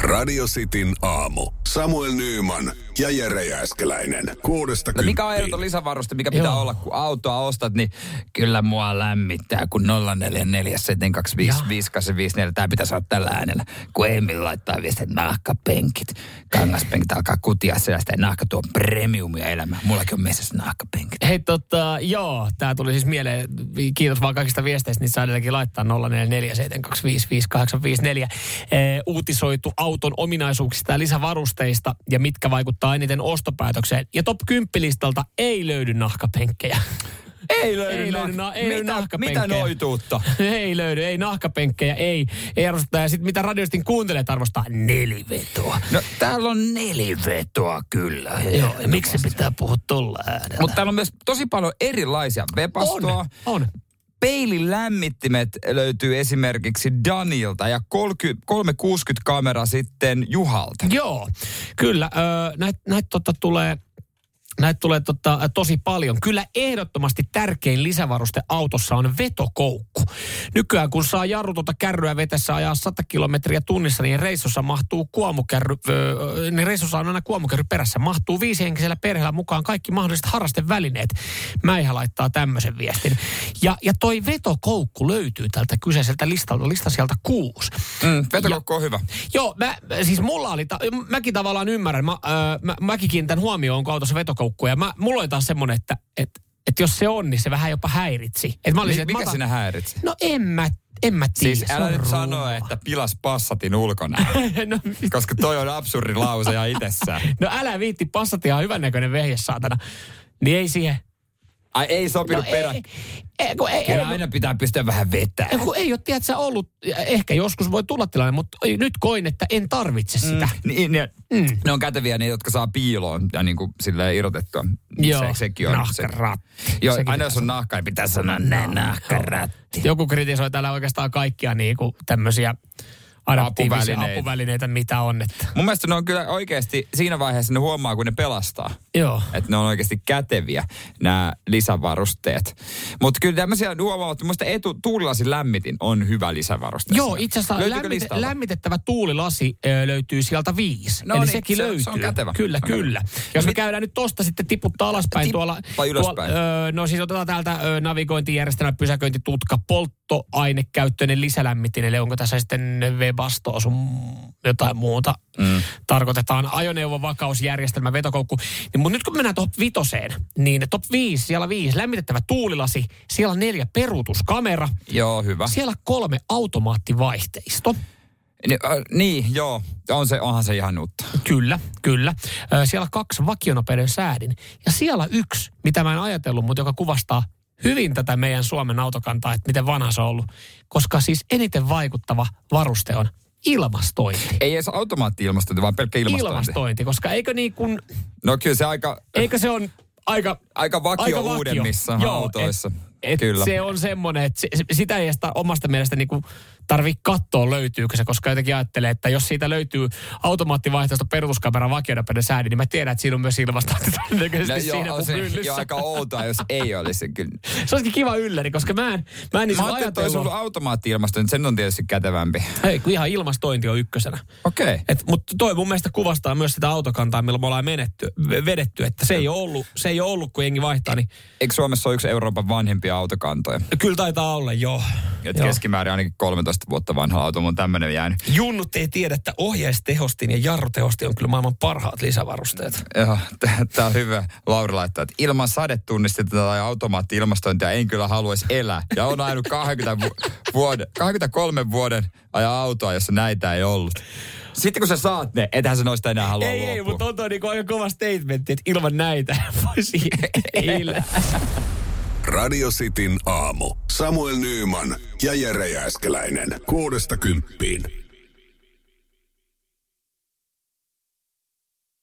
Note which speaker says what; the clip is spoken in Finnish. Speaker 1: Radio Cityn aamu. Samuel Nyyman ja Jere Jääskeläinen. Kuudesta
Speaker 2: No mikä on
Speaker 1: kymppiin.
Speaker 2: ehdoton lisävaruste, mikä pitää
Speaker 3: Joo.
Speaker 2: olla, kun autoa ostat, niin kyllä mua lämmittää, kun 0447255854. Tämä pitää saada tällä äänellä. Kun Emil laittaa viestin, että nahkapenkit, kangaspenkit alkaa kutia sellaista, ja nahka tuo premiumia elämään. Mullakin on messissä nahkapenkit.
Speaker 3: Hei tota, joo, tää tuli siis mieleen, kiitos vaan kaikista viesteistä, niin saa edelläkin laittaa 0447255854 ee, Eh, uutisoitu auton ominaisuuksista ja lisävarusteista ja mitkä vaikuttaa eniten ostopäätökseen. Ja top 10 listalta ei löydy nahkapenkkejä.
Speaker 2: Ei
Speaker 3: Ei löydy na- ei löydy
Speaker 2: mitä,
Speaker 3: nahkapenkkejä.
Speaker 2: mitä noituutta?
Speaker 3: ei löydy, ei nahkapenkkejä, ei, ei arvosteta. Ja sitten mitä radiostin kuuntelee, arvostaa nelivetoa.
Speaker 2: No täällä on nelivetoa kyllä.
Speaker 3: Joo, ja miksi pitää puhua tuolla äänellä?
Speaker 2: Mutta täällä on myös tosi paljon erilaisia vepastoa.
Speaker 3: on, on.
Speaker 2: peililämmittimet löytyy esimerkiksi Danilta ja 30 360 kamera sitten Juhalta.
Speaker 3: Joo, kyllä. Öö, näitä näit, tota, tulee, näit tulee tota, tosi paljon. Kyllä ehdottomasti tärkein lisävaruste autossa on vetokoukku. Nykyään kun saa jarru tuota kärryä vetessä ajaa 100 kilometriä tunnissa, niin reissussa mahtuu kuomukärry, öö, niin reissussa on aina kuomukärry perässä. Mahtuu viisihenkisellä perheellä mukaan kaikki mahdolliset harrastevälineet. Mäihä laittaa tämmöisen viestin. Ja, ja toi vetokoukku löytyy tältä kyseiseltä listalta, lista sieltä kuusi.
Speaker 2: Mm, vetokokko on hyvä.
Speaker 3: Joo, mä, siis mulla oli, ta- mäkin tavallaan ymmärrän, mä, öö, mä, mäkin kiinnitän huomioon, onko autossa vetokoukkuja. Ja Mä, mulla oli taas semmonen, että et, et jos se on, niin se vähän jopa häiritsi. Et mä olin se,
Speaker 2: Mi-
Speaker 3: että mä
Speaker 2: mikä
Speaker 3: otan-
Speaker 2: sinä häiritsi?
Speaker 3: No en mä, en mä tiedä.
Speaker 2: Siis
Speaker 3: se
Speaker 2: älä
Speaker 3: on
Speaker 2: nyt
Speaker 3: rumaa.
Speaker 2: sano, että pilas passatin ulkona,
Speaker 3: no,
Speaker 2: koska toi on absurdi lause ja itsessään.
Speaker 3: no älä viitti, passat ihan hyvännäköinen vehje, saatana. Niin ei siihen.
Speaker 2: Ai ei
Speaker 3: No
Speaker 2: sopinut no,
Speaker 3: ei,
Speaker 2: perä.
Speaker 3: ei, ei, kun ei, ei,
Speaker 2: Kyllä aina pitää pystyä vähän vetää.
Speaker 3: ei, kun ei ole, tiedätkö, ollut, ehkä joskus voi tulla tilanne, mutta nyt koin, että en tarvitse sitä. Mm.
Speaker 2: Niin, ne, mm. ne on käteviä ne, jotka saa piiloon ja niin kuin silleen irrotettua.
Speaker 3: Joo,
Speaker 2: Se, sekin on. Se,
Speaker 3: nahkaratti.
Speaker 2: joo,
Speaker 3: Sekin
Speaker 2: aina jos
Speaker 3: pitää
Speaker 2: on nahka, niin pitää sanoa näin nahkaratti.
Speaker 3: Joku kritisoi täällä oikeastaan kaikkia niin kuin tämmöisiä adaptiivisia
Speaker 2: Apuvälineitä.
Speaker 3: apuvälineitä. apuvälineitä, mitä on. Että.
Speaker 2: Mun mielestä ne on kyllä oikeasti siinä vaiheessa ne huomaa, kun ne pelastaa.
Speaker 3: Joo.
Speaker 2: Että ne on oikeasti käteviä, nämä lisävarusteet. Mutta kyllä tämmöisiä huomaavat, että muista etu, tuulilasin lämmitin on hyvä lisävaruste.
Speaker 3: Joo, itse asiassa
Speaker 2: Löytyykö
Speaker 3: lämmite,
Speaker 2: listalta?
Speaker 3: lämmitettävä tuulilasi ö, löytyy sieltä viisi.
Speaker 2: No
Speaker 3: No Eli
Speaker 2: niin,
Speaker 3: sekin
Speaker 2: se- se
Speaker 3: löytyy.
Speaker 2: on kätevä.
Speaker 3: Kyllä,
Speaker 2: Se on
Speaker 3: kyllä. Jos me käydään nyt tosta sitten tiputtaa alaspäin
Speaker 2: Tip-
Speaker 3: tuolla.
Speaker 2: tai ylöspäin.
Speaker 3: Tuolla, ö, no siis otetaan täältä ö, navigointijärjestelmä, pysäköintitutka, polttoainekäyttöinen lisälämmitin. Eli onko tässä sitten webastoa sun jotain muuta mm. tarkoitetaan. Ajoneuvon vakausjärjestelmä, vetokoukku. Niin, mutta nyt kun mennään top vitoseen, niin top 5, siellä viisi lämmitettävä tuulilasi, siellä neljä peruutuskamera.
Speaker 2: Joo, hyvä.
Speaker 3: Siellä kolme automaattivaihteisto.
Speaker 2: Ni, äh, niin, joo. On se, onhan se ihan uutta.
Speaker 3: Kyllä, kyllä. Ö, Siellä kaksi vakionopeuden säädin. Ja siellä yksi, mitä mä en ajatellut, mutta joka kuvastaa hyvin tätä meidän Suomen autokantaa, että miten vanha se on ollut. Koska siis eniten vaikuttava varuste on ilmastointi.
Speaker 2: Ei edes automaatti-ilmastointi, vaan pelkkä ilmastointi.
Speaker 3: Ilmastointi, koska eikö niin kuin,
Speaker 2: No kyllä se aika,
Speaker 3: eikö se on aika
Speaker 2: aika vakio
Speaker 3: Aika vakio.
Speaker 2: uudemmissa
Speaker 3: Joo,
Speaker 2: autoissa.
Speaker 3: Et
Speaker 2: kyllä.
Speaker 3: Se on semmoinen, että se, se- sitä ei edes ta- omasta mielestä niinku tarvi katsoa löytyykö se, koska jotenkin ajattelee, että jos siitä löytyy automaattivaihtoista peruutuskamera vakionopeuden säädin, niin mä tiedän, että siinä on myös ilmastointi todennäköisesti
Speaker 2: No,
Speaker 3: no,
Speaker 2: joo,
Speaker 3: siinä
Speaker 2: on se,
Speaker 3: se,
Speaker 2: joo, aika outoa, jos ei olisi. Kyllä.
Speaker 3: se olisikin kiva ylläri, koska mä en, mä en
Speaker 2: Mä
Speaker 3: niin
Speaker 2: ajattelin, että olisi
Speaker 3: ajatellut.
Speaker 2: ollut automaatti-ilmastointi, sen on tietysti kätevämpi.
Speaker 3: Ei, kun ihan ilmastointi on ykkösenä.
Speaker 2: Okei. Okay.
Speaker 3: Mutta toi mun mielestä kuvastaa myös sitä autokantaa, millä me ollaan menetty, vedetty, että se ei ole ollut, se ei ole ollut kun jengi vaihtaa, niin
Speaker 2: Eikö Suomessa ole yksi Euroopan vanhimpia autokantoja?
Speaker 3: kyllä taitaa olla, joo.
Speaker 2: Et
Speaker 3: Joo.
Speaker 2: keskimäärin ainakin 13 vuotta vanha auto, mun on tämmöinen jäänyt.
Speaker 3: Junnut ei tiedä, että ohjeistehostin ja jarrutehostin on kyllä maailman parhaat lisävarusteet.
Speaker 2: Joo, t- tää on hyvä. Lauri laittaa, että ilman sadetunnistetta tai automaatti-ilmastointia en kyllä haluaisi elää. Ja on ajanut 20 vu- vuoden, 23 vuoden ajan autoa, jossa näitä ei ollut. Sitten kun sä saat ne, ethän sä noista enää halua
Speaker 3: Ei, ei,
Speaker 2: luopua.
Speaker 3: mutta on toi niinku aika kova statementti, että ilman näitä voisi elää.
Speaker 1: Radio Cityn aamu. Samuel Nyyman ja Jere Jääskeläinen. Kuudesta kymppiin.